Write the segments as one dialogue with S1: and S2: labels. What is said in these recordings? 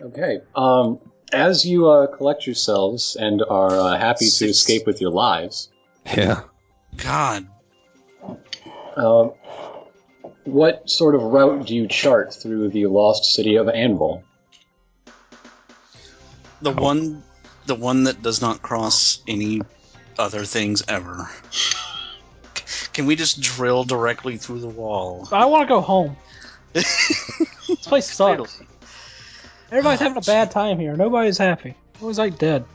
S1: Okay. Um, as you uh, collect yourselves and are uh, happy to
S2: Six.
S1: escape with your lives,
S3: Yeah.
S2: God.
S1: um, what sort of route do you chart through the lost city of Anvil?
S2: The one the one that does not cross any other things ever. Can we just drill directly through the wall?
S4: I want to go home. this place sucks.
S2: Clearly.
S4: Everybody's having a bad time here. Nobody's happy. Everyone's like dead.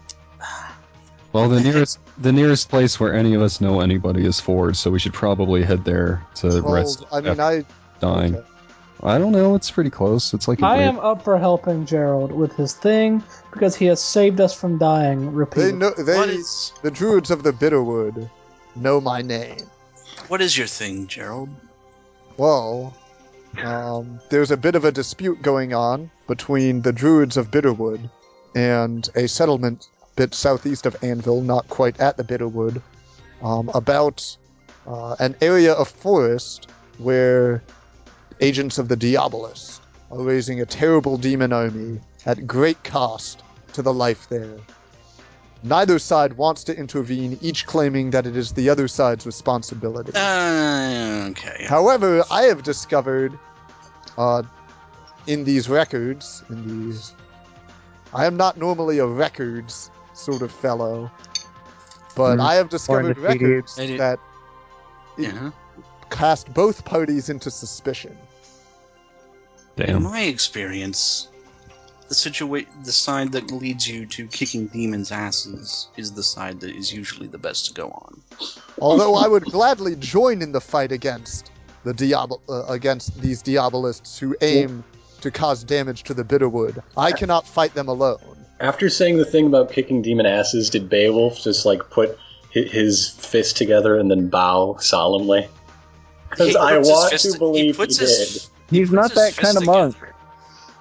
S3: Well, the nearest the nearest place where any of us know anybody is Ford, so we should probably head there to rest.
S5: Well, I mean,
S3: after
S5: I.
S3: dying.
S5: okay.
S3: I don't know. It's pretty close. It's like a
S4: I
S3: great-
S4: am up for helping Gerald with his thing because he has saved us from dying
S5: They
S4: repeatedly.
S5: know they
S2: What is
S5: the druids of the Bitterwood know my name.
S2: what is your thing, Gerald?
S5: Well, um, there's a bit of a dispute going on between the druids of Bitterwood and a settlement bit southeast of Anvil, not quite at the Bitterwood, um, about uh, an area of forest where agents of the Diabolus are raising a terrible demon army at great cost to the life there. Neither side wants to intervene, each claiming that it is the other side's responsibility.
S2: Uh, okay.
S5: However, I have discovered uh, in these records, in these, I am not normally a records sort of fellow, but
S6: Hmm.
S5: I have discovered
S6: the CD.
S5: records
S2: I did-
S5: that
S2: Yeah.
S5: cast both parties into suspicion.
S2: In
S3: damn.
S2: my experience, the situa- the side that leads you to kicking demons' asses is the side that is usually the best to go on.
S5: Although I would gladly join in the fight against the Diabol- uh, against these Diabolists who aim to cause damage to the Bitterwood, I cannot fight them alone.
S1: After saying the thing about kicking demon asses, did Beowulf just like put hi- his fist together and then bow solemnly? Because
S2: He
S1: I
S2: puts his
S1: want
S2: fist-
S1: to believe he,
S2: his-
S1: did.
S6: He's not
S2: puts his
S6: that kind of
S2: fist
S6: monk.
S2: together.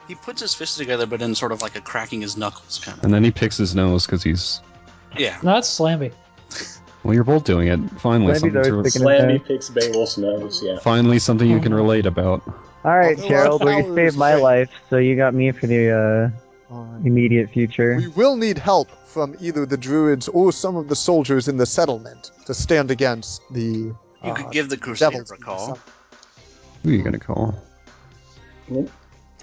S2: He puts his fist together, but in sort of like a cracking his knuckles kind of.
S3: And then he picks his nose because he's.
S2: Yeah.
S4: No, that's slammy.
S3: Well, you're both doing it. Finally,
S6: Maybe
S3: something
S6: they're
S3: to
S6: sticking-
S1: Slammy picks Beowulf's nose. Yeah.
S3: finally something you can relate about.
S6: All right,
S5: Although our
S6: Gerald, well, you
S5: power
S6: saved
S5: is
S6: my
S5: great.
S6: life, so you got me for the uh, immediate future.
S5: We will need help from either the druids or some of the soldiers in the settlement to stand against the
S2: You
S5: uh,
S2: could give the Crusader
S5: devils.
S2: a call.
S3: Who are you gonna call?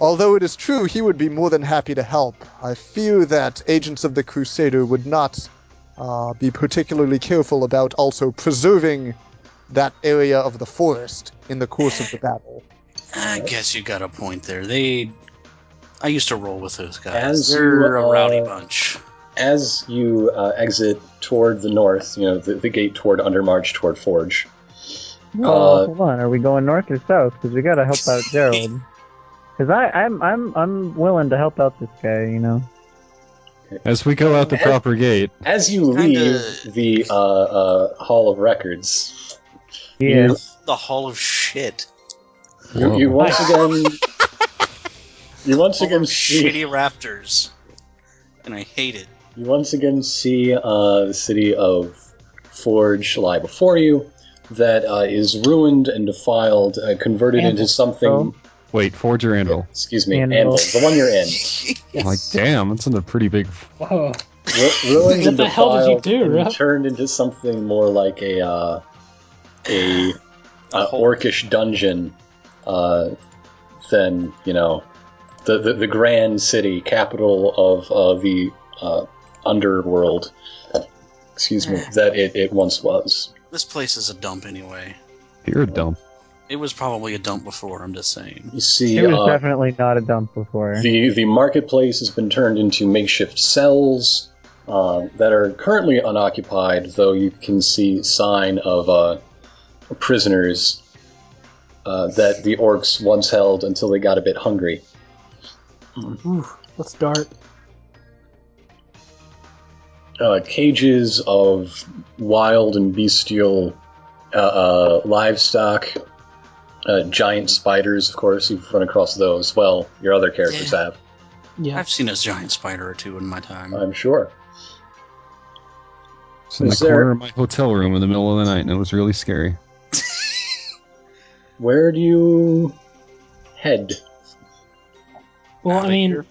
S5: Although it is true he would be more than happy to help, I fear that agents of the Crusader would not uh, be particularly careful about also preserving that area of the forest in the course of the battle.
S2: I guess you got a point there. They. I used to roll with those guys.
S1: As
S2: They're
S1: you,
S2: a rowdy
S1: uh,
S2: bunch.
S1: As you uh, exit toward the north, you know the, the gate toward Undermarch toward Forge.
S6: No,
S1: Uh,
S6: hold on. Are we going north or south? Because we gotta help out Gerald. Because I, I'm, I'm, I'm willing to help out this guy. You know.
S3: As we go out the proper gate,
S1: As you
S2: Kinda-
S1: leave the uh, uh, Hall of Records,
S6: Yeah.
S2: The Hall of Shit.
S1: you, you
S3: Whoa.
S1: once again, you once
S2: Hall of
S1: again see
S2: shitty Raptors. And I hate it.
S1: You once again see uh, the city of Forge lie before you, that uh, is ruined and defiled, uh, converted
S6: Anvil.
S1: into something.
S6: Oh.
S3: wait, Forge or Anvil?
S1: Excuse me,
S6: Anvil.
S1: anvil. the one you're in.
S3: Like, damn, that's in a pretty big.
S4: Whoa.
S1: Ru- ruined
S4: What
S1: and
S4: the hell did you
S1: defiled
S4: do,
S1: and
S4: Ralph?
S1: Turned into something more like a uh, a,
S2: A
S1: uh
S2: hole.
S1: orcish dungeon uh, than you know the, the the grand city capital of uh, the uh, underworld. Excuse me, that it, it once was.
S2: This place is a dump anyway.
S3: You're a dump.
S2: It was probably a dump before, I'm just saying.
S1: You see,
S6: It was
S1: uh,
S6: definitely not a dump before.
S1: the the marketplace has been turned into makeshift cells uh, that are currently unoccupied, though you can see sign of uh, prisoners uh, that the orcs once held until they got a bit hungry.
S4: Oof, that's dark.
S1: Uh, cages of wild and bestial uh, uh, livestock. Uh, giant spiders, of course, you've run across those. Well, your other characters
S2: Yeah.
S1: have,
S4: Yeah.
S2: I've seen a giant spider or two in my time.
S1: I'm sure.
S3: It's in the
S1: Is there-
S3: corner of my hotel room in the middle of the night, and it was really scary.
S1: Where do you head?
S4: Well, I
S2: Outta
S4: mean,
S2: here.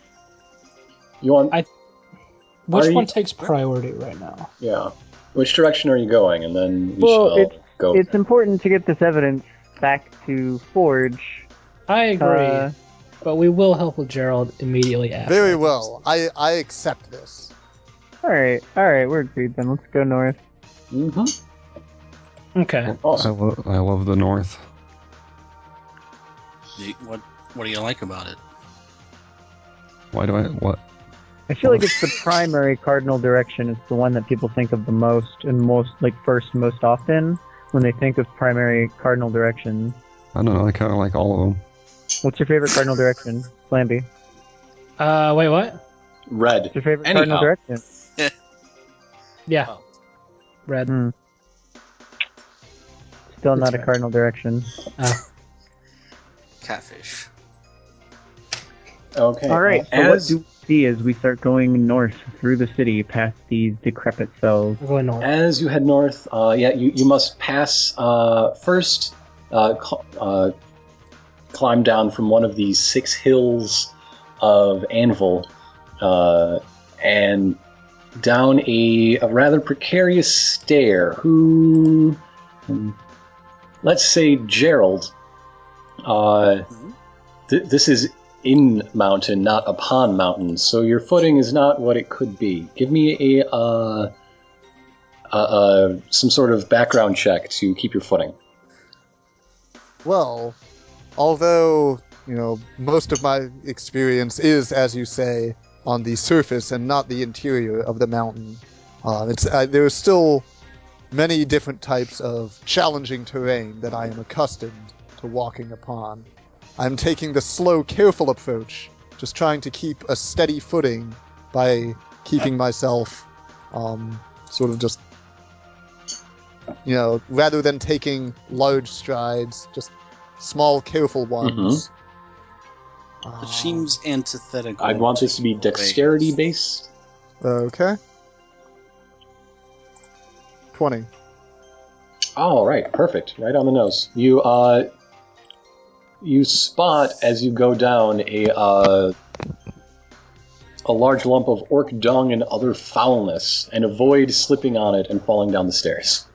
S1: You want?
S4: I- Which
S1: Are you-
S4: one takes priority right now?
S1: yeah. Which direction are you going? And then we
S6: Well,
S1: shall
S6: it's-
S1: go.
S6: It's important to get this evidence back to Forge.
S4: I agree,
S6: Uh,
S4: but we will help with Gerald immediately after.
S5: Very well. I, I accept this.
S6: all right, all right, we're agreed then. Let's go north.
S1: hmm
S7: Uh,
S4: Okay.
S3: I,
S1: Awesome.
S3: lo- I love the North.
S2: Do you- What What do you like about it?
S3: Why do I? What?
S6: I feel like it's the primary cardinal direction. It's the one that people think of the most and most, like first, most often when they think of primary cardinal direction.
S3: I don't know. I kind of like all of them.
S6: What's your favorite cardinal direction, Flamby? What's
S4: Uh, wait, what?
S1: Red.
S6: your favorite
S1: Anyhow.
S6: cardinal direction?
S4: Yeah.
S2: Oh.
S4: Red.
S6: Hmm. Still
S4: That's
S6: not a
S4: right.
S6: cardinal direction.
S2: Catfish.
S1: Okay.
S6: All right.
S1: uh,
S6: so what
S1: as-
S6: do we see as we start going north through the city, past these decrepit cells?
S4: We're going north.
S1: As you head north, uh, yeah, you, you must pass uh, first, uh, cl- uh, climb down from one of the six hills of Anvil, uh, and down a, a rather precarious stair. Who, let's say Gerald. Uh, th- this is in mountain, not upon mountain, so your footing is not what it could be. Give me a. Uh, uh, uh, some sort of background check to keep your footing.
S5: Well, although, you know, most of my experience is, as you say, on the surface and not the interior of the mountain, uh, it's, uh, there are still many different types of challenging terrain that I am accustomed to walking upon. I'm taking the slow, careful approach, just trying to keep a steady footing by keeping myself um, sort of just, you know, rather than taking large strides, just small, careful ones.
S2: It Oh.
S5: Um,
S2: seems antithetical.
S1: I want this to be
S2: Wait.
S1: dexterity based.
S5: Okay. 20.
S1: All right, perfect, right on the nose. You uh, you spot as you go down a uh, a large lump of orc dung and other foulness, and avoid slipping on it and falling down the stairs.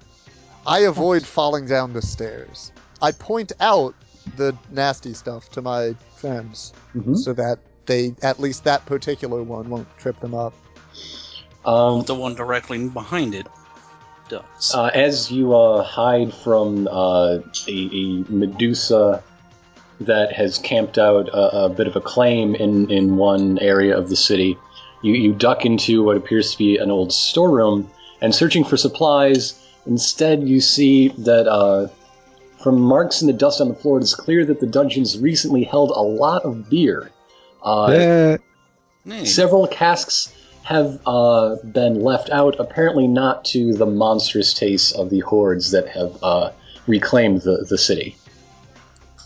S5: I avoid falling down the stairs. I point out the nasty stuff to my friends
S2: Hmm?
S1: Mhm.
S5: so that they, at least that particular one, won't trip them up.
S1: Um,
S2: The one directly behind it does.
S1: Uh, as you uh, hide from uh, a, a Medusa that has camped out a, a bit of a claim in, in one area of the city, you, you duck into what appears to be an old storeroom and searching for supplies. Instead, you see that uh, from marks in the dust on the floor, it is clear that the dungeons recently held a lot of beer. Uh,
S3: Yeah.
S2: Nay.
S1: Several casks have uh, been left out, apparently not to the monstrous taste of the hordes that have uh, reclaimed the, the city.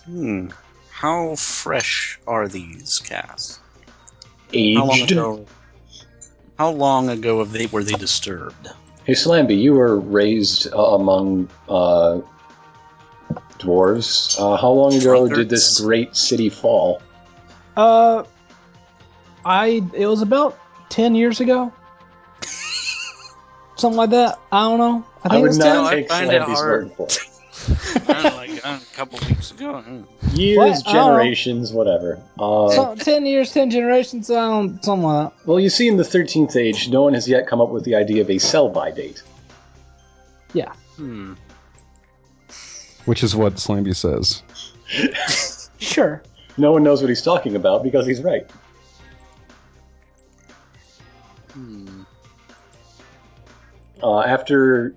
S2: Hmm. How fresh are these casts? How long
S1: Aged.
S2: ago? How long ago have they were they disturbed?
S1: Hey, Slamby, you were raised uh, among uh, dwarves. Uh, how long ago did this
S2: Drunkards.
S1: great city fall?
S4: Uh, I it was about ten years ago, something like that. I don't know. I think
S1: I would
S4: it's
S1: not
S2: No, I
S1: take
S2: find it
S1: Slamby's
S2: hard.
S1: word for it.
S2: I don't know, like uh, a couple weeks ago. mm.
S1: Years,
S4: What? I don't know.
S1: generations, whatever. Uh,
S4: 10, so, ten years, ten generations. I don't something like that.
S1: well, you see, in the 13th age, no one has yet come up with the idea of a sell by date.
S2: Hmm.
S3: Which is what Slamby says.
S4: Sure.
S1: No one knows what he's talking about because he's right.
S2: Hmm.
S1: Uh, after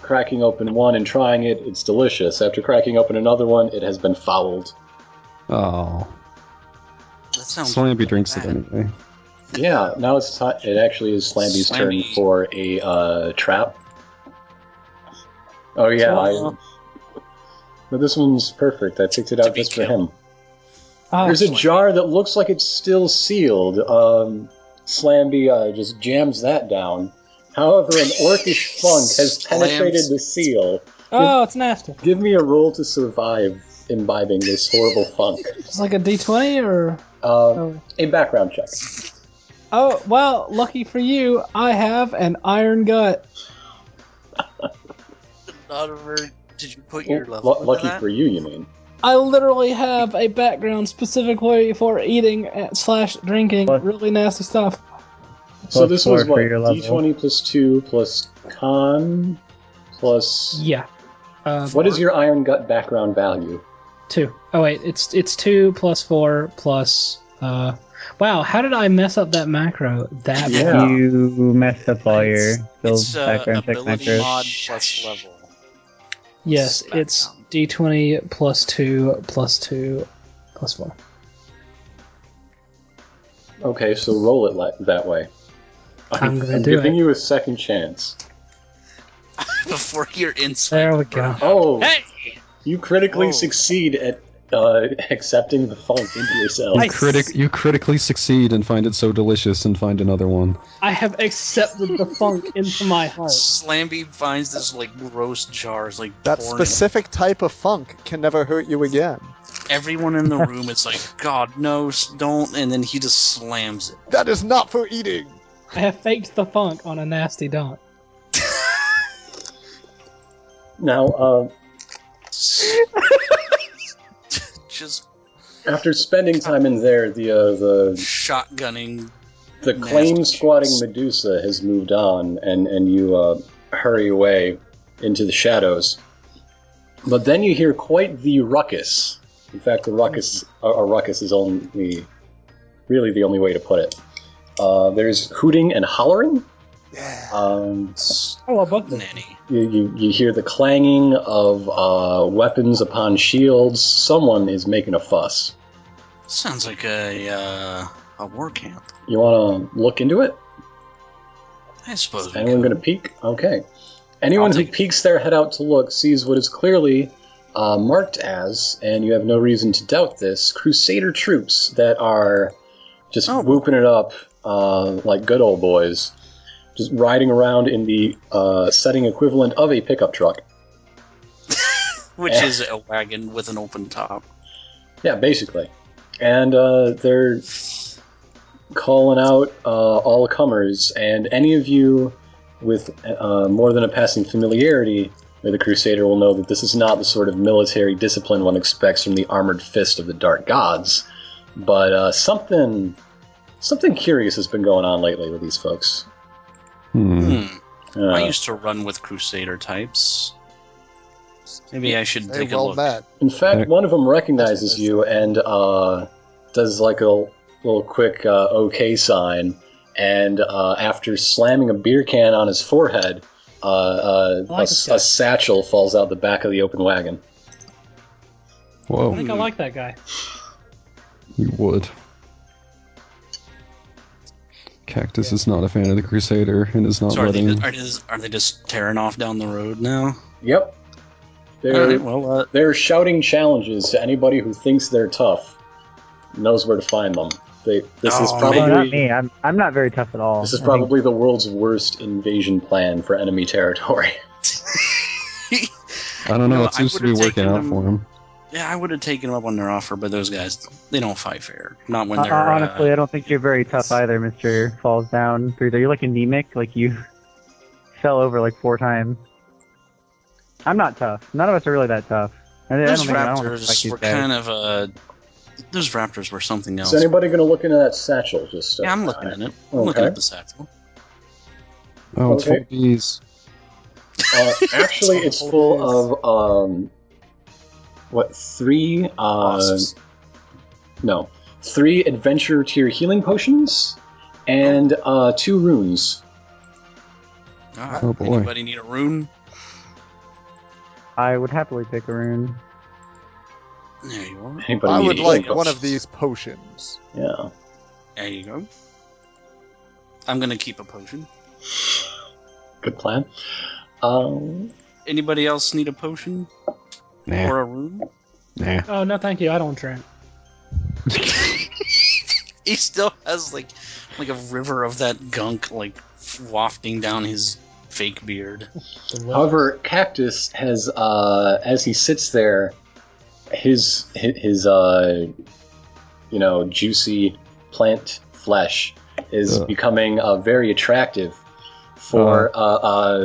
S1: cracking open one and trying it, it's delicious. After cracking open another one, it has been fouled.
S3: Oh,
S2: That sounds.
S3: Slamby drinks it
S2: bad.
S3: anyway.
S1: Yeah, now it's ti it actually is Slamby's turn
S2: Slamby.
S1: for a uh, trap. Oh yeah, I,
S2: Well,
S1: but this one's perfect. I picked it
S2: To
S1: out
S2: be
S1: just for
S2: killed. Oh,
S4: Uh,
S1: him. There's a jar that looks like it's still sealed. Um, Slamby uh, just jams that down. However, an orcish funk has penetrated
S2: Slams.
S1: the seal.
S4: oh, it's nasty.
S1: Give me a roll to survive imbibing this horrible funk.
S4: It's like a D twenty or
S1: Uh,
S4: oh,
S1: a background check.
S4: Oh, well, lucky for you, I have an iron gut.
S2: Oliver, did you put your
S1: Well, Oh,
S2: level
S1: lu-
S2: into
S1: lucky
S2: that?
S1: for you, you mean?
S4: I literally have a background specifically for eating uh, slash drinking
S6: What?
S4: really nasty stuff.
S1: so
S6: Plus
S1: this
S6: four
S1: was
S6: for
S1: what
S6: your level.
S1: D twenty plus two plus con plus.
S7: Yeah. Um,
S1: What is your iron gut background value?
S7: Two. Oh wait, it's it's two plus four plus. Uh, wow, how did I mess up that macro that
S1: Yeah.
S2: Yeah.
S6: You messed up all your build
S2: It's uh,
S6: background check
S2: ability
S6: macros.
S2: mod plus level.
S7: Yes, it's
S2: Smackdown.
S7: d20 plus 2 plus 2 plus 4.
S1: Okay, so roll it like, that way.
S7: I'm gonna do
S1: giving
S7: it.
S1: you a second chance.
S2: Before your insight.
S7: There we go.
S1: Oh,
S2: Hey!
S1: you critically
S2: Whoa.
S1: succeed at uh, accepting the funk into yourself.
S3: You, critic, you critically succeed and find it so delicious and find another one.
S7: I have accepted the funk into my heart.
S2: Slamby finds this like gross jars like
S5: That
S2: pouring.
S5: specific type of funk can never hurt you again.
S2: Everyone in the room is like, God no, s- don't! And then he just slams it.
S5: That is not for eating.
S7: I have faked the funk on a nasty dunk.
S1: Now, uh,
S2: just
S1: after spending time in there, the uh, the
S2: shotgunning.
S1: the
S2: Nasty
S1: claim squatting
S2: chance.
S1: Medusa has moved on, and and you uh, hurry away into the shadows. But then you hear quite the ruckus. In fact, the ruckus a, a ruckus is only really the only way to put it. Uh, there's hooting and hollering. Um,
S4: Oh, I bugged it.
S2: Nanny.
S1: You, you, you hear the clanging of uh, weapons upon shields. Someone is making a fuss.
S2: Sounds like a uh, a war camp.
S1: You want to look into it?
S2: I suppose. we
S1: Anyone
S2: could.
S1: going to peek? Okay. Anyone
S2: I'll
S1: who
S2: take it.
S1: peeks their head out to look sees what is clearly uh, marked as, and you have no reason to doubt this, Crusader troops that are just
S2: Oh.
S1: whooping it up uh, like good old boys, just riding around in the uh, setting equivalent of a pickup truck.
S2: Which
S1: Yeah.
S2: is a wagon with an open top.
S1: Yeah, basically. And uh, they're calling out uh, all comers, and any of you with uh, more than a passing familiarity with the Crusader will know that this is not the sort of military discipline one expects from the armored fist of the Dark Gods. But uh, something, something curious has been going on lately with these folks.
S3: Hmm.
S2: Hmm.
S1: Uh,
S2: I used to run with Crusader types. Maybe I should
S5: Hey,
S2: take a
S5: well
S2: look.
S5: met.
S1: In fact,
S3: Heck.
S1: one of them recognizes you and uh, does like a little quick uh, OK sign. And uh, after slamming a beer can on his forehead, uh, uh,
S4: I like
S1: a,
S4: this
S1: s-
S4: guy.
S1: a satchel falls out the back of the open wagon.
S7: I
S3: Whoa,
S7: think I like that guy.
S3: you would. Cactus is not a fan of the Crusader and is not
S2: So are they,
S3: letting.
S2: just, are, they just, are they just tearing off down the road now?
S1: Yep.
S2: All
S1: They're,
S2: right, well, uh,
S1: they're shouting challenges to anybody who thinks they're tough, knows where to find them. They, this is
S2: Oh,
S1: probably.
S2: man.
S6: Well, not me. I'm I'm not very tough at all.
S1: This is
S6: I think
S1: probably the world's worst invasion plan for enemy territory.
S3: I don't know,
S2: No,
S3: it
S2: I
S3: seems to be
S2: would've
S3: working
S2: taken
S3: out
S2: them-
S3: for him.
S2: yeah, I would have taken them up on their offer, but those guys, they don't fight fair. Not when
S6: Uh,
S2: they're.
S6: uh, honestly,
S2: uh,
S6: I don't think you're very tough either, Mister. Falls down through there. You look anemic, like you fell over like four times. I'm not tough. None of us are really that tough. I, I don't
S2: those
S6: think I don't like
S2: raptors
S6: these
S2: were
S6: guys.
S2: kind of Uh, those raptors were something else.
S1: Is anybody going to look into that satchel? Just uh,
S2: yeah, I'm looking at it. I'm looking
S1: Okay.
S2: at the satchel.
S3: Oh, it's
S1: Okay.
S3: full of bees.
S1: Uh, actually, it's full of um, what three? Uh,
S2: Wasps.
S1: no, three adventure tier healing potions and uh, two runes.
S2: Ah,
S3: Oh, boy.
S2: Anybody need a rune?
S6: I would happily pick a rune.
S2: There you are.
S1: Anybody
S5: I
S1: need
S5: would
S1: a
S5: like
S1: healing
S5: one
S1: potion?
S5: of these potions.
S1: Yeah.
S2: There you go. I'm gonna keep a potion.
S1: Good plan. Um,
S2: Anybody else need a potion
S3: Nah,
S2: or a rune?
S3: nah.
S7: Oh no, thank you. I don't drink.
S2: he still has like like a river of that gunk like wafting down his fake beard.
S1: however, Cactus has, uh, as he sits there, his his, his uh, you know juicy plant flesh is
S3: Yeah.
S1: becoming uh, very attractive for
S3: Uh-huh.
S1: uh,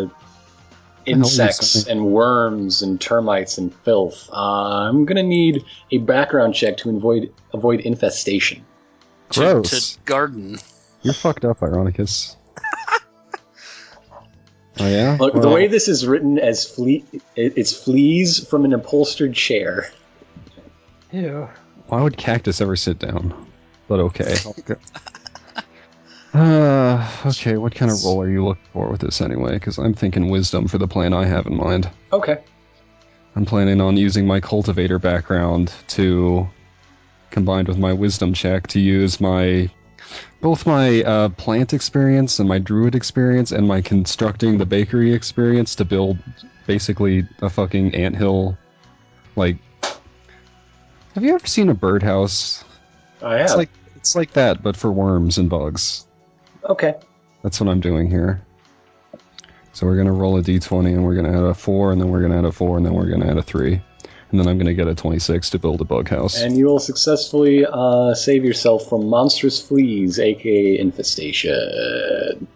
S1: uh, insects
S3: something.
S1: and worms and termites and filth. Uh, I'm gonna need a background check to avoid avoid infestation.
S2: to-
S3: Gross.
S2: to garden.
S3: You're fucked up, Ironicus. oh yeah.
S1: Look, the
S3: Well,
S1: way this is written as flea, it- it's fleas from an upholstered chair.
S7: Ew.
S3: why would cactus ever sit down? But okay. Uh, okay. What kind of role are you looking for with this anyway? Because I'm thinking wisdom for the plan I have in mind.
S1: Okay.
S3: I'm planning on using my cultivator background to, combined with my wisdom check, to use my both my uh, plant experience and my druid experience and my constructing the bakery experience to build basically a fucking anthill. Like, have you ever seen a birdhouse?
S1: I have.
S3: It's like it's like that, but for worms and bugs.
S1: okay.
S3: That's what I'm doing here. So we're gonna roll a d20 and we're gonna add a four and then we're gonna add a four and then we're gonna add a three, and then I'm gonna get a 26 to build a bug house.
S1: And you will successfully uh, save yourself from monstrous fleas, aka infestation.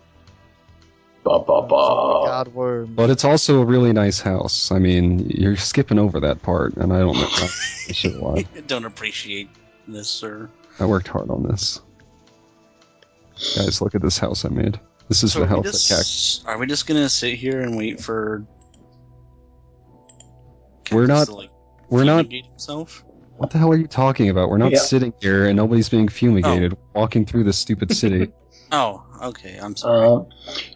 S1: Ba ba ba.
S5: God worm.
S3: But it's also a really nice house. I mean, you're skipping over that part, and I don't know. I should lie.
S2: Don't appreciate this, sir.
S3: I worked hard on this. Guys, look at this house I made. This is
S2: So
S3: the
S2: are we
S3: house
S2: just-
S3: that Cactus.
S2: Are we just gonna sit here and wait for?
S3: We're
S2: Cactus
S3: not-
S2: like,
S3: We're not.
S2: fumigate Himself?
S3: What the hell are you talking about? We're not
S1: Yeah.
S3: sitting here, and nobody's being fumigated. We're walking through this stupid city.
S2: Oh, okay. I'm sorry.
S1: Uh,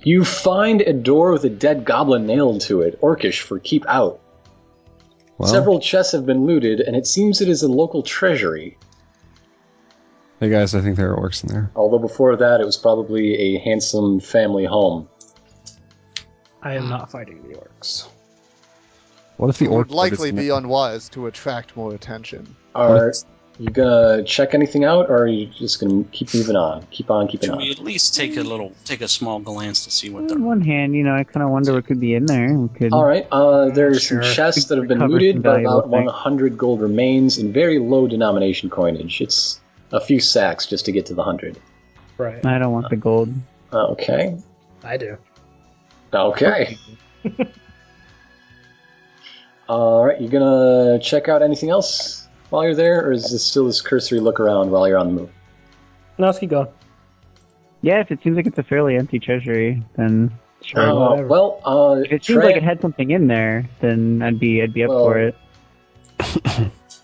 S1: you find a door with a dead goblin nailed to it, Orcish for keep out.
S3: Well,
S1: Several chests have been looted, and it seems it is a local treasury.
S3: hey guys, I think there are orcs in there.
S1: Although before that, it was probably a handsome family home.
S7: I am not fighting the orcs.
S3: What if the
S5: It
S3: orc
S5: would
S3: lord is
S5: likely
S3: in
S5: be
S3: there?
S5: unwise to attract more attention.
S1: Are you gonna check anything out, or are you just gonna keep moving on? Keep on keeping
S2: Should
S1: on.
S2: we at least take a little, take a small glance to see what
S6: On
S3: Mm.
S2: they're?
S6: one hand, you know, I kind of wonder what could be in there. We could
S1: All right. Uh, there's
S7: Sure.
S1: some chests that have been
S6: Recover
S1: looted,
S6: some
S1: but
S6: valuable
S1: about
S6: things.
S1: 100 gold remains in very low denomination coinage. It's a few sacks just to get to the hundred. Uh,
S7: Right.
S6: I don't want the gold.
S1: Okay.
S7: I do.
S1: Okay. All right. You gonna check out anything else while you're there, or is this still this cursory look around while you're on the move?
S7: No, let's keep going.
S6: Yeah, if it seems like it's a fairly empty treasury, then sure.
S1: Uh,
S7: whatever.
S1: well, uh,
S6: if it seems
S1: Tran-
S6: like it had something in there, then I'd be I'd be up
S1: Well-
S6: for it.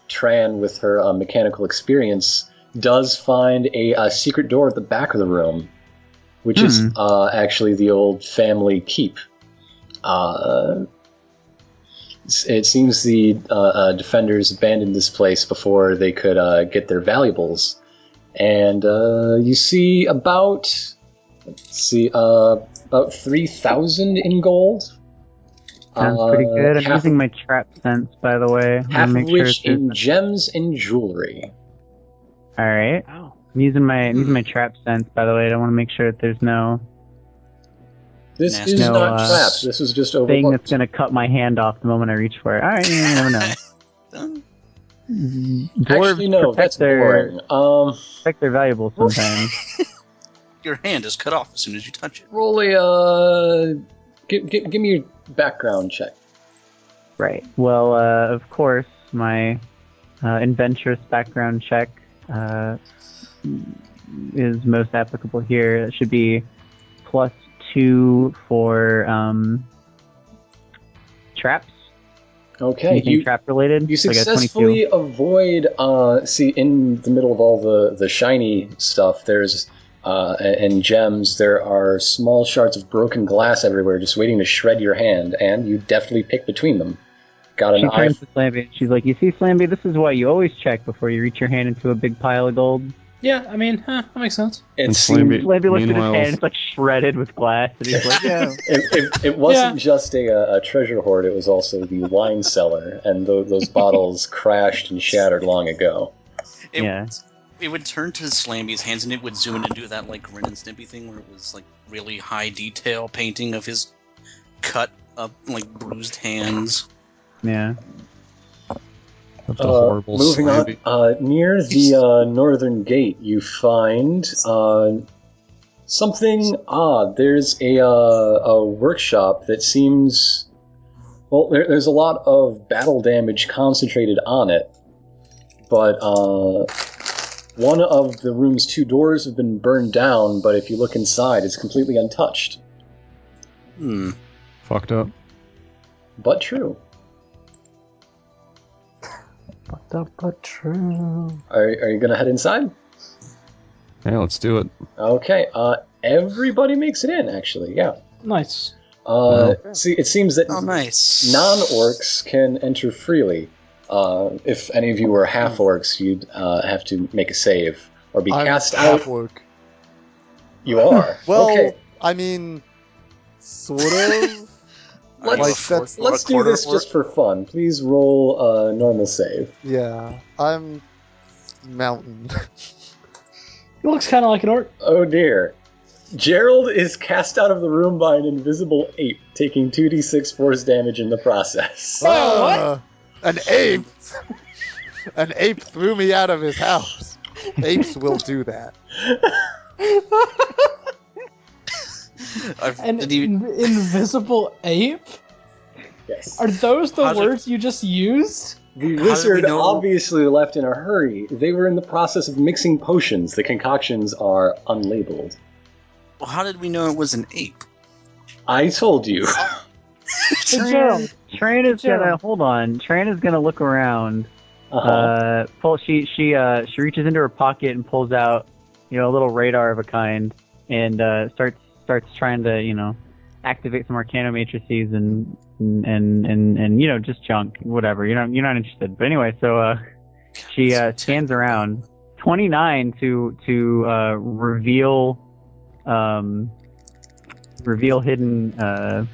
S1: Tran, with her uh, mechanical experience, does find a, uh secret door at the back of the room, which is
S6: Hmm.
S1: uh, actually the old family keep. Uh, s- it seems the uh, uh, defenders abandoned this place before they could uh, get their valuables. And uh, you see about, let's see, uh, about 3,000 in gold.
S6: Sounds
S1: Uh,
S6: pretty good. I'm
S1: half-
S6: using my trap sense, by the way. I'm
S1: half of
S6: make sure
S1: which
S6: it's-
S1: in gems and jewelry.
S6: All right.
S7: Wow.
S6: I'm using my I'm
S2: Hmm.
S6: using my trap sense, by the way. I don't want to make sure that there's no
S1: This
S2: Nasty.
S1: is
S6: No,
S1: not
S6: uh,
S1: trapped. This is just
S6: thing
S1: overlooked.
S6: that's gonna cut my hand off the moment I reach for it. All right, you never know. Dwarves
S1: Actually, no,
S6: protect
S1: that's
S6: their
S1: boring. Um,
S6: protect their valuables sometimes.
S2: Your hand is cut off as soon as you touch it.
S1: roll a. Uh, give, give, give me a background check.
S6: right. Well, uh, of course, my uh, adventurous background check uh, is most applicable here. It should be plus two for um, traps.
S1: Okay,
S6: Anything
S1: you,
S6: trap related?
S1: you
S6: So I got 22.
S1: successfully avoid. Uh, see, in the middle of all the the shiny stuff, there's uh, a- and gems. There are small shards of broken glass everywhere, just waiting to shred your hand, and you deftly pick between them. Got an
S6: She
S1: eye.
S6: turns to Slamby and she's like, "You see, Slamby, this is why you always check before you reach your hand into a big pile of gold."
S7: Yeah, I mean, huh, that makes sense.
S1: It
S3: And
S1: seemed
S3: Slamby-
S6: Slamby looks at his
S3: Meanwhile-
S6: hand; it's like shredded with glass, and he's like, "Yeah."
S1: It, it, it wasn't just a, uh, a treasure hoard, it was also the wine cellar, and tho- those bottles crashed and shattered long ago.
S2: It,
S6: Yeah.
S2: it would turn to Slamby's hands and it would zoom in and do that like Ren and Snippy thing where it was like really high detail painting of his cut up like bruised hands.
S6: Yeah.
S3: That's a
S1: Uh,
S3: horrible
S1: moving
S3: slammy.
S1: on, uh, near the uh, northern gate, you find uh, something odd. There's a uh, a workshop that seems well. There, there's a lot of battle damage concentrated on it, but uh, one of the room's two doors have been burned down. But if you look inside, it's completely untouched.
S2: Hmm.
S3: Fucked up.
S1: But true.
S4: But, but, but true.
S1: Are, are you gonna head inside?
S3: Yeah, let's do it.
S1: Okay. Uh, everybody makes it in. Actually, yeah.
S7: Nice.
S1: Uh, see, it seems that
S2: Oh, nice.
S1: non orcs can enter freely. Uh, if any of you were half orcs, you'd uh, have to make a save or be
S5: I'm
S1: cast out.
S5: half orc.
S1: You are.
S5: Well,
S1: okay.
S5: I mean, sort of.
S2: Are you
S5: Like,
S2: a fourth
S5: that's-
S2: or a
S1: Let's do
S2: quarter
S1: this
S2: orc?
S1: just for fun. Please roll a normal save.
S5: yeah, I'm mountain.
S4: He looks kind of like an orc.
S1: Oh dear. Gerald is cast out of the room by an invisible ape, taking 2d6 force damage in the process.
S5: Ah, An ape. An ape threw me out of his house. Apes will do that.
S2: I've-
S4: An
S2: did you-
S4: in- invisible ape?
S1: Yes.
S4: Are those the
S2: How did-
S4: words you just used?
S1: The
S2: How did
S1: wizard
S2: we know-
S1: obviously left in a hurry. They were in the process of mixing potions. The concoctions are unlabeled.
S2: well, how did we know it was an ape?
S1: I told you.
S2: Uh,
S4: Hey, Gerald.
S6: Train is
S4: Gerald.
S6: gonna hold on. Train is gonna look around.
S1: Uh-huh.
S6: Uh, pull. She she uh she reaches into her pocket and pulls out, you know, a little radar of a kind, and uh, starts starts trying to you know, activate some arcano matrices and and and and, and you know just junk whatever. You're not you're not interested. But anyway, so uh, she uh, scans around. Twenty nine to to uh, reveal, um, reveal hidden uh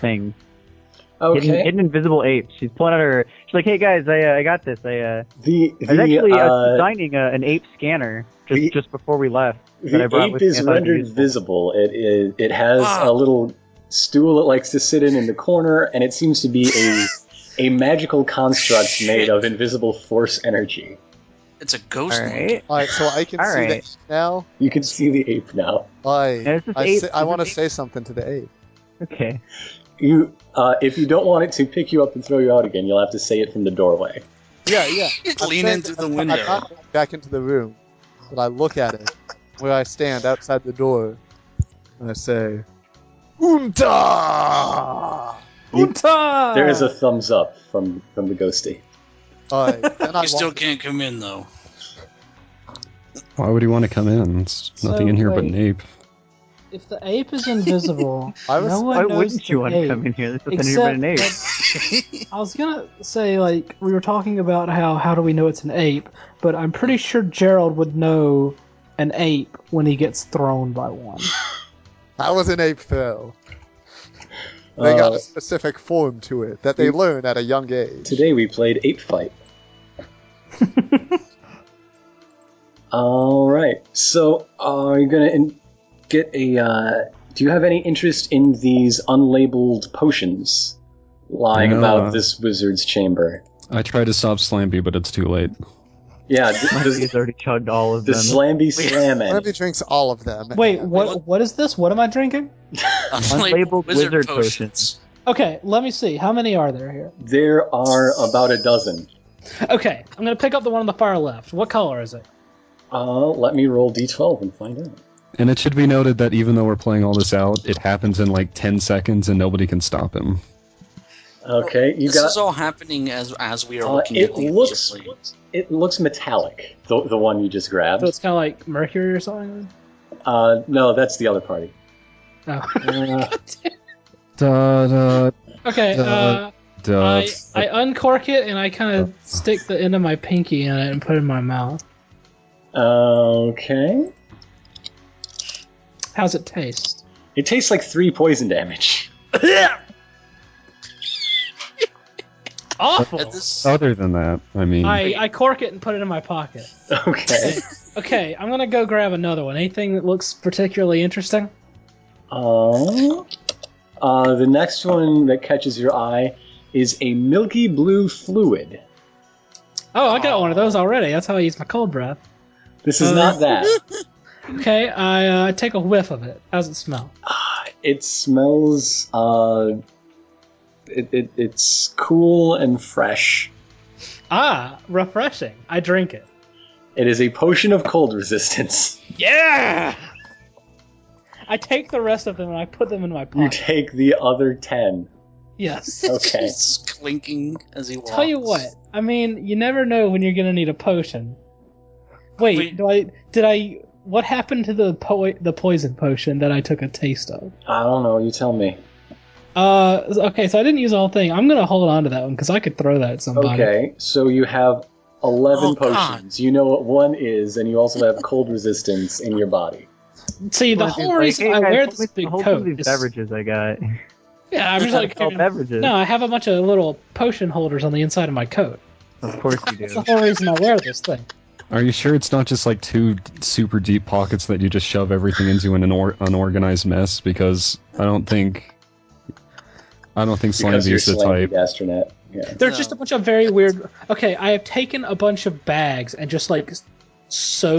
S6: things.
S1: okay.
S6: Hidden, hidden invisible ape. She's pulling out her. She's like, "Hey guys, I uh, I got this. I uh,
S1: the
S6: I was
S1: the,
S6: actually uh,
S1: uh,
S6: designing uh, an ape scanner just,
S1: the-
S6: just before we left. that I
S1: the
S6: brought
S1: ape
S6: with me, I
S1: is
S6: thought it'd be
S1: rendered
S6: useful.
S1: visible. It, it it has
S2: Ah.
S1: a little stool it likes to sit in in the corner, and it seems to be a a magical construct made
S2: Shit.
S1: of invisible force energy.
S2: It's a ghost.
S6: All
S2: monkey.
S6: right.
S5: All right, so I can
S6: All
S5: see
S6: right.
S5: that now.
S1: You can see the ape now.
S6: Yeah,
S5: I
S6: it's this
S5: I,
S6: ape.
S5: say- I
S6: It's
S5: want to
S6: this ape.
S5: say something to the ape.
S6: Okay.
S1: You uh, if you don't want it to pick you up and throw you out again, you'll have to say it from the doorway.
S5: Yeah, yeah. I'm
S2: Lean
S5: saying-
S2: in through the
S5: I'm- I'm
S2: window.
S5: not going back into the room, but I look at it where I stand outside the door, and I say, "Unta!"
S7: Ah,
S4: Unta!
S1: There
S5: Uh,
S1: is a thumbs up from from the ghosty.
S5: All right, then I
S2: You still
S5: walk-
S2: can't come in though.
S3: Why would he want to come in? It's
S4: So,
S3: nothing in here but
S4: wait.
S3: an ape.
S4: If the ape is invisible,
S5: I was-
S4: no one
S6: Why
S4: knows
S6: wouldn't
S4: it's
S6: you
S4: an
S6: want to
S4: ape,
S6: come in here? This is
S4: Except
S6: an ape.
S4: that- I was gonna say like we were talking about how how do we know it's an ape, but I'm pretty sure Gerald would know an ape when he gets thrown by one.
S5: How was an ape though? They got
S1: Uh,
S5: a specific form to it that they
S1: you-
S5: learn at a young age.
S1: Today we played Ape Fight. All right. So are you gonna in- get a? Uh, do you have any interest in these unlabeled potions lying
S3: No.
S1: about this wizard's chamber?
S3: I tried to stop Slamby, but it's too late.
S1: Yeah. d- Does,
S6: He's already chugged all of them.
S1: does Slamby
S2: Wait.
S1: slam
S5: One of
S1: any?
S5: you drinks all of them.
S4: Wait,
S5: and-
S4: what what is this? What am I drinking?
S6: Unlabeled wizard
S4: Okay, let me see. How many are there here?
S1: There are about a dozen.
S7: Okay, I'm gonna pick up the one on the far left. What color is it?
S1: Uh, let me roll d12 and find out.
S3: And it should be noted that even though we're playing all this out, it happens in like 10 seconds and nobody can stop him.
S1: Okay, you
S2: this
S1: got.
S2: is all happening as as we are
S1: Uh,
S2: looking
S1: it
S2: at the
S1: looks-
S2: ape.
S1: It looks metallic. The the one you just
S7: So
S1: grabbed.
S7: it's kind of like mercury or something.
S1: Uh, no, that's the other party.
S7: Oh.
S1: Uh,
S3: Da, da,
S7: Okay.
S3: Uh,
S7: Uh,
S3: da.
S7: I I uncork it and I kind of stick the end of my pinky in it and put it in my mouth.
S1: Uh, Okay.
S7: How's it taste?
S1: It tastes like three poison damage.
S7: Awful.
S2: At this,
S6: Oh,
S3: Other than that, I mean,
S7: I, I cork it and put it in my pocket.
S1: Okay.
S7: Okay, I'm gonna go grab another one. Anything that looks particularly interesting?
S1: Um, uh, the next one that catches your eye is a milky blue fluid.
S7: Oh, I got one of those already. That's how I use my cold breath.
S1: This is
S7: Uh,
S1: not that.
S7: Okay, I uh, take a whiff of it. How's it smell?
S1: Uh, It smells. Uh, it, it it's cool and fresh.
S7: Ah, refreshing. I drink it.
S1: It is a potion of cold resistance.
S7: Yeah. I take the rest of them and I put them in my
S1: You
S7: pocket.
S1: take the other ten.
S7: yes.
S1: Okay.
S2: it's clinking as he walks.
S7: Tell you what. I mean, you never know when you're gonna need a potion. Wait,
S2: Wait.
S7: do I? Did I? What happened to the po- the poison potion that I took a taste of?
S1: I don't know. You tell me.
S7: Uh, okay, so I didn't use the whole thing. I'm gonna hold on to that one because I could throw that at somebody.
S1: Okay, so you have eleven
S2: Oh, God.
S1: potions. You know what one is, and you also have cold resistance in your body.
S7: See, the
S6: Well,
S7: whole
S6: it's like,
S7: reason
S6: hey,
S7: I
S6: guys,
S7: wear
S6: hold
S7: this
S6: me-
S7: big
S6: hold
S7: coat
S6: me these
S7: is
S6: beverages I got.
S7: yeah, I'm just
S6: Gotta
S7: like
S6: sell beverages.
S7: no, I have a bunch of little potion holders on the inside of my coat.
S6: Of course you
S7: That's
S6: do.
S7: the whole reason I wear this thing.
S3: Are you sure it's not just like two d- super deep pockets that you just shove everything into in an or- unorganized mess? Because I don't think, I don't think
S1: Because
S3: Slimey
S1: you're
S3: is the
S1: slaying
S3: type.
S1: Gastronet. Yeah.
S7: They're
S2: No.
S7: just a bunch of very weird. Okay, I have taken a bunch of bags and just like sewed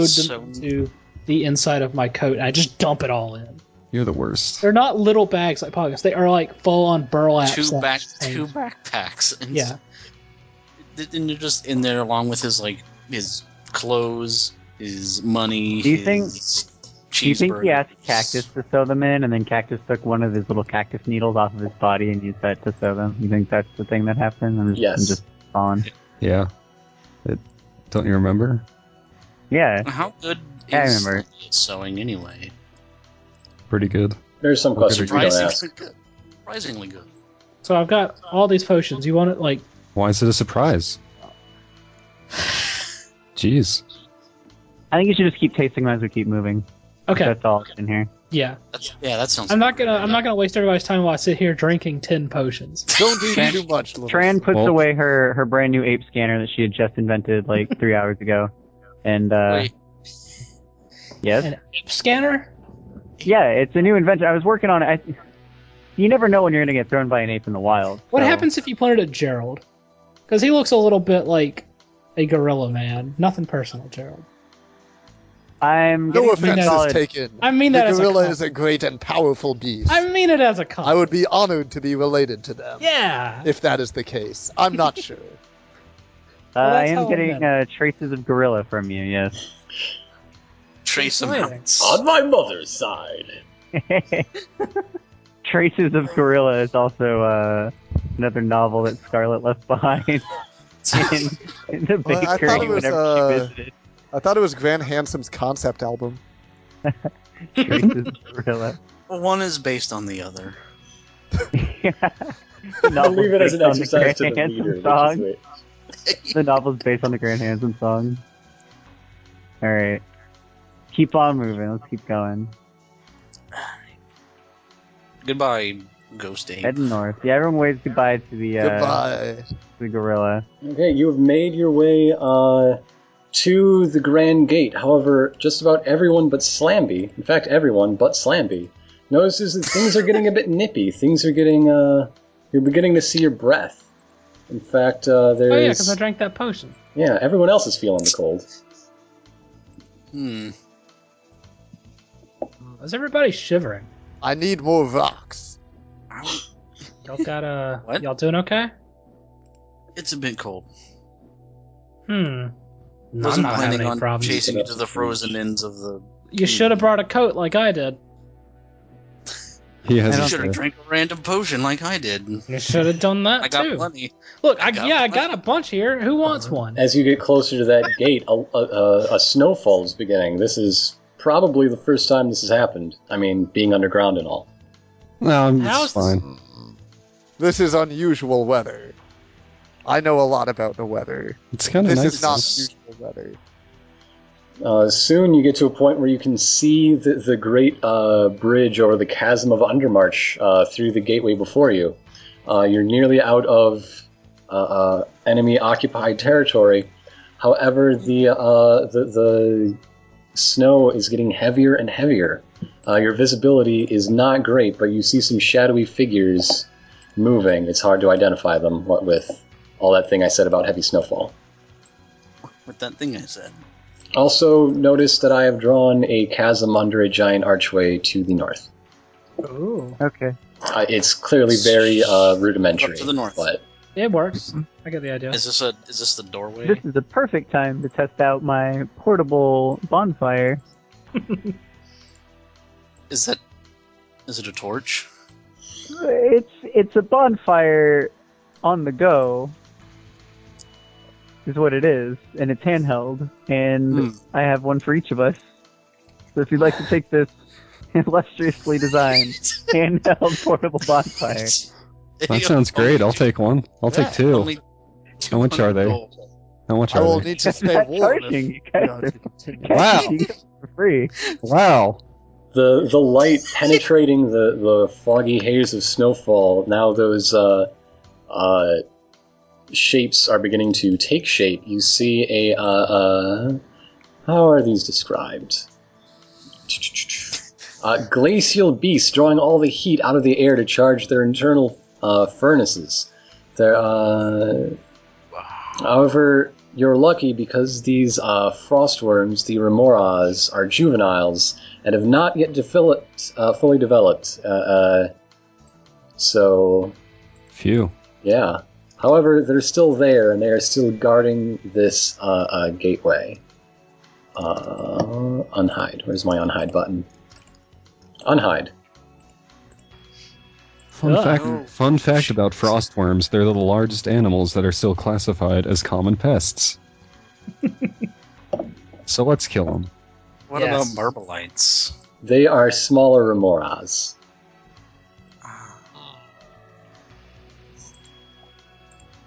S2: Sewn.
S7: them into the inside of my coat. And I just dump it all in.
S3: You're the worst.
S7: They're not little bags like pockets. They are like full on burlap.
S2: two
S7: sacks
S2: back
S7: things.
S2: two backpacks and
S7: Yeah.
S2: th- and they're just in there along with his like his clothes his money
S6: Do you think-
S2: his cheeseburger
S6: Do you think he asked Cactus to sew them in, and then Cactus took one of his little cactus needles off of his body and used that to sew them? You think that's the thing that happened? I'm just,
S1: Yes.
S6: I'm just falling.
S3: Yeah. It, don't you remember?
S6: Yeah.
S2: how good
S6: I
S2: is
S6: remember.
S2: sewing anyway
S3: Pretty good.
S1: There's some
S3: Look at
S1: questions
S3: her
S1: you don't
S2: surprisingly
S1: ask.
S2: good surprisingly good
S7: So I've got all these potions. You want it like
S3: Why is it a surprise? Jeez.
S6: I think you should just keep tasting them as we keep moving.
S7: okay?
S6: That's all in here.
S7: Yeah.
S2: that's yeah that sounds
S7: I'm not gonna. I'm not gonna waste everybody's time while I sit here drinking ten potions.
S5: Don't
S6: Tran-
S5: eat too much, little.
S6: Tran puts
S3: Well-
S6: away her, her brand new ape scanner that she had just invented like three hours ago. And, uh,
S2: Wait,
S6: yes?
S7: An ape scanner?
S6: Yeah, it's a new invention. I was working on it. I, you never know when you're going to get thrown by an ape in the wild.
S7: What
S5: Oh.
S6: so-
S7: happens if you point it at Gerald? Because he looks a little bit like a gorilla man. Nothing personal, Gerald.
S6: I'm
S5: No
S6: getting some
S5: offense
S6: solid-
S5: is taken.
S7: I mean
S5: the
S7: that as a
S5: gorilla
S7: compliment.
S5: is a great and powerful beast.
S7: I mean it as a con.
S5: I would be honored to be related to them.
S7: Yeah.
S5: If that is the case, I'm not sure.
S6: Uh,
S7: Well,
S6: I
S7: that's how
S6: am
S7: I
S6: getting
S7: know.
S6: uh, traces of gorilla from you. Yes.
S2: trace amounts
S1: On my mother's side.
S6: traces of gorilla is also uh, another novel that Scarlett left behind in, in the
S5: Well, I
S6: bakery
S5: thought it was,
S6: whenever
S5: uh,
S6: she visited.
S5: I thought it was Grand Handsome's concept album.
S6: Traces of gorilla.
S2: one is based on the other
S1: I'll
S6: Novel's
S1: leave it as an
S6: based on the
S1: exercise to
S6: Grand
S1: the
S6: Handsome
S1: reader. which is
S6: Song.
S1: weird.
S6: The novel's based on the Grand Hanson song. All right, keep on moving. Let's keep going.
S2: goodbye ghost ape
S6: Head north. Yeah, everyone waves goodbye to the uh,
S5: Goodbye.
S6: to the gorilla.
S1: Okay, you have made your way uh, to the Grand Gate. However, just about everyone but Slamby, in fact, everyone but Slamby, notices that things are getting a bit nippy. Things are getting, uh, you're beginning to see your breath. In fact, uh,
S7: Oh yeah, because
S1: there's.
S7: I drank that potion.
S1: yeah, everyone else is feeling the cold.
S2: hmm
S7: Is everybody shivering?
S5: I need more rocks.
S7: Y'all got uh,
S2: What?
S7: y'all doing okay?
S2: it's a bit cold
S7: Hmm. No, I'm
S2: wasn't
S7: not having
S2: planning
S7: any
S2: on
S7: problems.
S2: chasing you
S1: Get up
S2: to
S1: the
S2: the
S1: beach.
S2: frozen ends of the
S7: You should have brought a coat like I did.
S3: He has
S6: I
S3: a
S6: don't
S2: you should have
S3: shirt.
S2: drank a random potion like I did.
S7: You should have done that
S2: I got
S7: too.
S2: plenty.
S7: Look, I,
S2: I got Uh-huh.
S7: yeah, I
S2: plenty.
S7: got a bunch here. Who wants one?
S1: As you get closer to that gate, a, a, a, a snowfall is beginning. This is probably the first time this has happened. I mean, being underground and all.
S3: No, I'm
S7: How's
S3: it's
S7: this-
S3: fine.
S5: This is unusual weather. I know a lot about the weather.
S3: It's kind of
S5: this
S3: nice.
S5: is
S3: though.
S5: not usual weather.
S1: Uh, soon you get to a point where you can see the, the great uh, bridge over the chasm of Undermarch uh, through the gateway before you. Uh, you're nearly out of uh, uh, enemy occupied territory. However, the, uh, the the snow is getting heavier and heavier. Uh, your visibility is not great, but you see some shadowy figures moving. It's hard to identify them. What with all that thing I said about heavy snowfall.
S2: With that thing I said.
S1: Also, notice that I have drawn a chasm under a giant archway to the north.
S7: Ooh,
S6: Okay.
S1: Uh, it's clearly very uh, rudimentary.
S2: Up to the north.
S1: But
S7: it works.
S2: Mm-hmm.
S7: I get the idea.
S2: Is this a is this the doorway?
S6: This is the perfect time to test out my portable bonfire.
S2: Is that is it a torch?
S6: It's it's a bonfire on the go. Is what it is, and it's handheld, and
S2: Hmm.
S6: I have one for each of us. So if you'd like to take this illustriously designed handheld portable bonfire,
S3: That sounds great. I'll take one. I'll take two. How much are they? How much
S5: I will
S3: are they?
S5: need to
S6: It's
S5: stay
S6: not
S5: warm. if-
S6: charging. You
S5: you
S6: guys
S5: know,
S6: are-
S5: to continue.
S3: Wow.
S6: You get it for free.
S3: Wow.
S1: the the light penetrating the, the foggy haze of snowfall, now those uh, uh, shapes are beginning to take shape. You see a. Uh, uh, how are these described? Uh, glacial beasts drawing all the heat out of the air to charge their internal uh, furnaces. They're. Uh, However, you're lucky because these uh, frostworms, the remoras, are juveniles and have not yet developed, uh, fully developed. Uh, uh, so,
S3: Phew.
S1: yeah. However, they're still there and they are still guarding this uh, uh, gateway. Uh, unhide. Where's my unhide button? Unhide.
S3: Fun
S7: Ugh.
S2: Oh.
S3: fact. Fun fact about frostworms: they're the largest animals that are still classified as common pests. so let's kill them.
S2: What
S7: Yes.
S2: about marbleites?
S1: They are smaller remoras.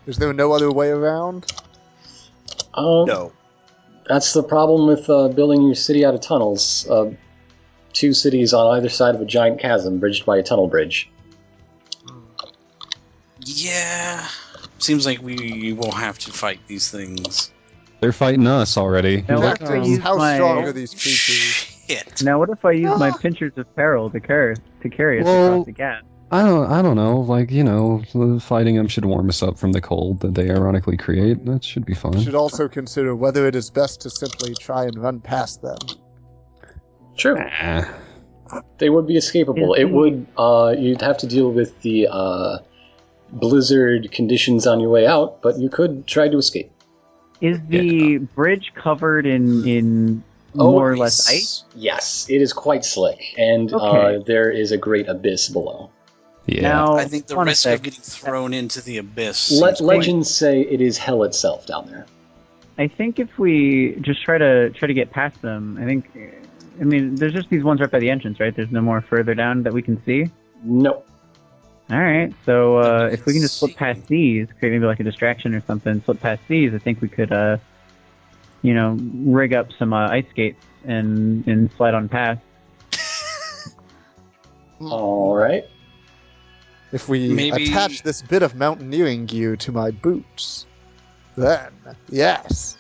S5: Is there no other way around?
S1: Um,
S2: No.
S1: That's the problem with uh, building your city out of tunnels. Uh, two cities on either side of a giant chasm bridged by a tunnel bridge.
S2: Yeah. Seems like we will have to fight these things.
S3: They're fighting us already.
S6: No,
S3: Look,
S5: Exactly.
S6: I use
S5: How
S6: my-
S5: strong are these creatures?
S2: Shit.
S6: Now, what if I use my pinchers of peril to carry to carry us
S3: Ah. Well-
S6: across the gap?
S3: I don't. I don't know. Like you know, fighting them should warm us up from the cold that they ironically create. That should be fun.
S5: Should also consider whether it is best to simply try and run past them.
S1: True.
S3: Ah.
S1: They would be escapable. It would. Uh, you'd have to deal with the uh, blizzard conditions on your way out, but you could try to escape.
S6: Is the bridge covered in in
S3: Oh,
S6: more or less ice?
S1: Yes, it is quite slick, and uh,
S6: Okay.
S1: there is a great abyss below.
S3: Yeah.
S6: Now,
S2: I think the
S6: on a
S2: risk of
S6: sec,
S2: getting thrown into the abyss.
S1: Let
S2: seems quite-
S1: legends say it is hell itself down there.
S6: I think if we just try to try to get past them, I think. I mean, there's just these ones right by the entrance, right? There's no more further down that we can see.
S1: No,
S6: All right, so uh, if we can just
S2: See.
S6: slip past these, create maybe like a distraction or something, slip past these, I think we could, uh, you know, rig up some uh, ice skates and and slide on past.
S1: all right.
S5: If we
S2: Maybe-
S5: attach this bit of mountaineering gear to my boots, then yes.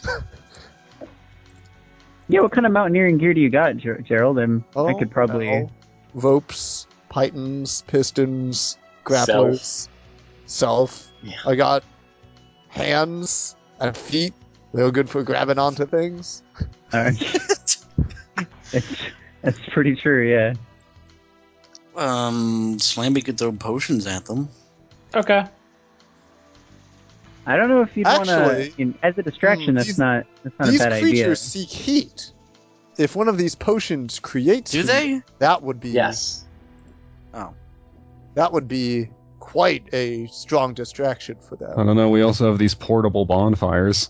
S6: Yeah, what kind of mountaineering gear do you got, Ger- Gerald? I'm, I
S5: Oh,
S6: could probably.
S5: no. ropes, pythons, pistons, grapplers, self.
S1: Yeah.
S5: I got hands and feet. They're good for grabbing onto things.
S6: All right. that's, that's pretty true, yeah.
S2: Um, Slamby could throw potions at them.
S7: Okay.
S6: I don't know if you'd want to,
S5: Actually,
S6: as a distraction.
S5: mm,
S6: That's
S5: these-
S6: not that's not a
S5: these
S6: bad
S5: creatures
S6: idea.
S5: seek heat. If one of these potions creates
S2: Do
S5: heat,
S2: they?
S5: that would be
S1: Yes.
S5: that would be quite a strong distraction for them.
S3: I don't know. We also have these portable bonfires.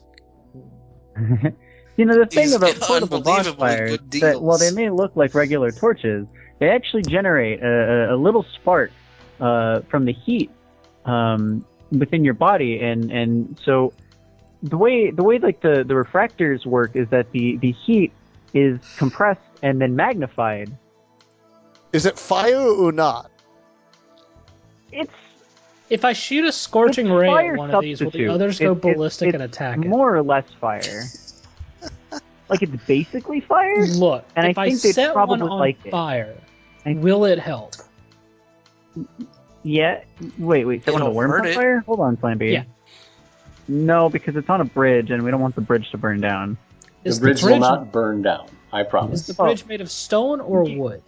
S6: you know the thing
S2: These
S6: about portable
S2: unbelievably
S6: bonfires
S2: good
S6: that while they
S2: deals.
S6: may look like regular torches, they actually generate a, a, a little spark uh, from the heat um, within your body, and and so the way the way like the the refractors work is that the the heat is compressed and then magnified.
S5: Is it fire or not?
S6: It's
S7: If I shoot a scorching
S6: It's
S7: ray
S6: fire
S7: at one of these, will the
S6: substitute.
S7: others go
S6: It- it-
S7: ballistic
S6: it's
S7: and attack it?
S6: more or less fire. like it's basically fire.
S7: Look,
S6: And I
S7: if I,
S6: think they'd
S7: set one
S6: probably
S7: on
S6: like it.
S7: fire,
S6: I-
S7: will it help?
S6: Yeah. Wait, wait. Someone a
S2: It'll
S6: worm
S2: hurt
S6: on
S2: it.
S6: fire? Hold on, Flamby.
S7: Yeah.
S6: No, because it's on a bridge, and we don't want the bridge to burn down.
S7: Is
S1: the bridge will
S7: bridge-
S1: not burn down. I
S7: Is
S1: promise.
S6: Oh.
S7: the bridge made of stone or wood?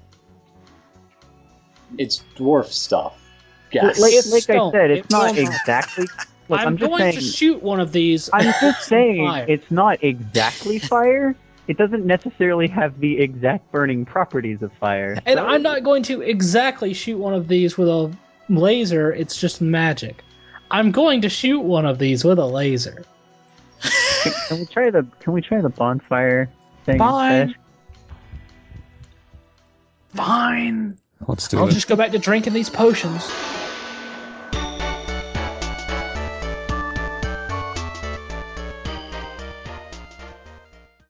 S1: It's dwarf stuff. Yes.
S7: Like-
S6: Like,
S7: it's-
S6: like I
S7: stone.
S6: said, it's
S7: It
S6: not
S7: will not.
S6: exactly. Look,
S7: I'm,
S6: I'm, just
S7: going
S6: saying.
S7: to shoot one of these.
S6: I'm just saying
S7: fire.
S6: it's not exactly fire. It doesn't necessarily have the exact burning properties of fire.
S7: And
S6: So-
S7: I'm not going to exactly shoot one of these with a laser, it's just magic. I'm going to shoot one of these with a laser.
S6: Can, can we try the? Can we try the bonfire thing?
S7: Fine.
S6: first?
S7: Fine.
S3: Let's do
S7: I'll
S3: it.
S7: just go back to drinking these potions.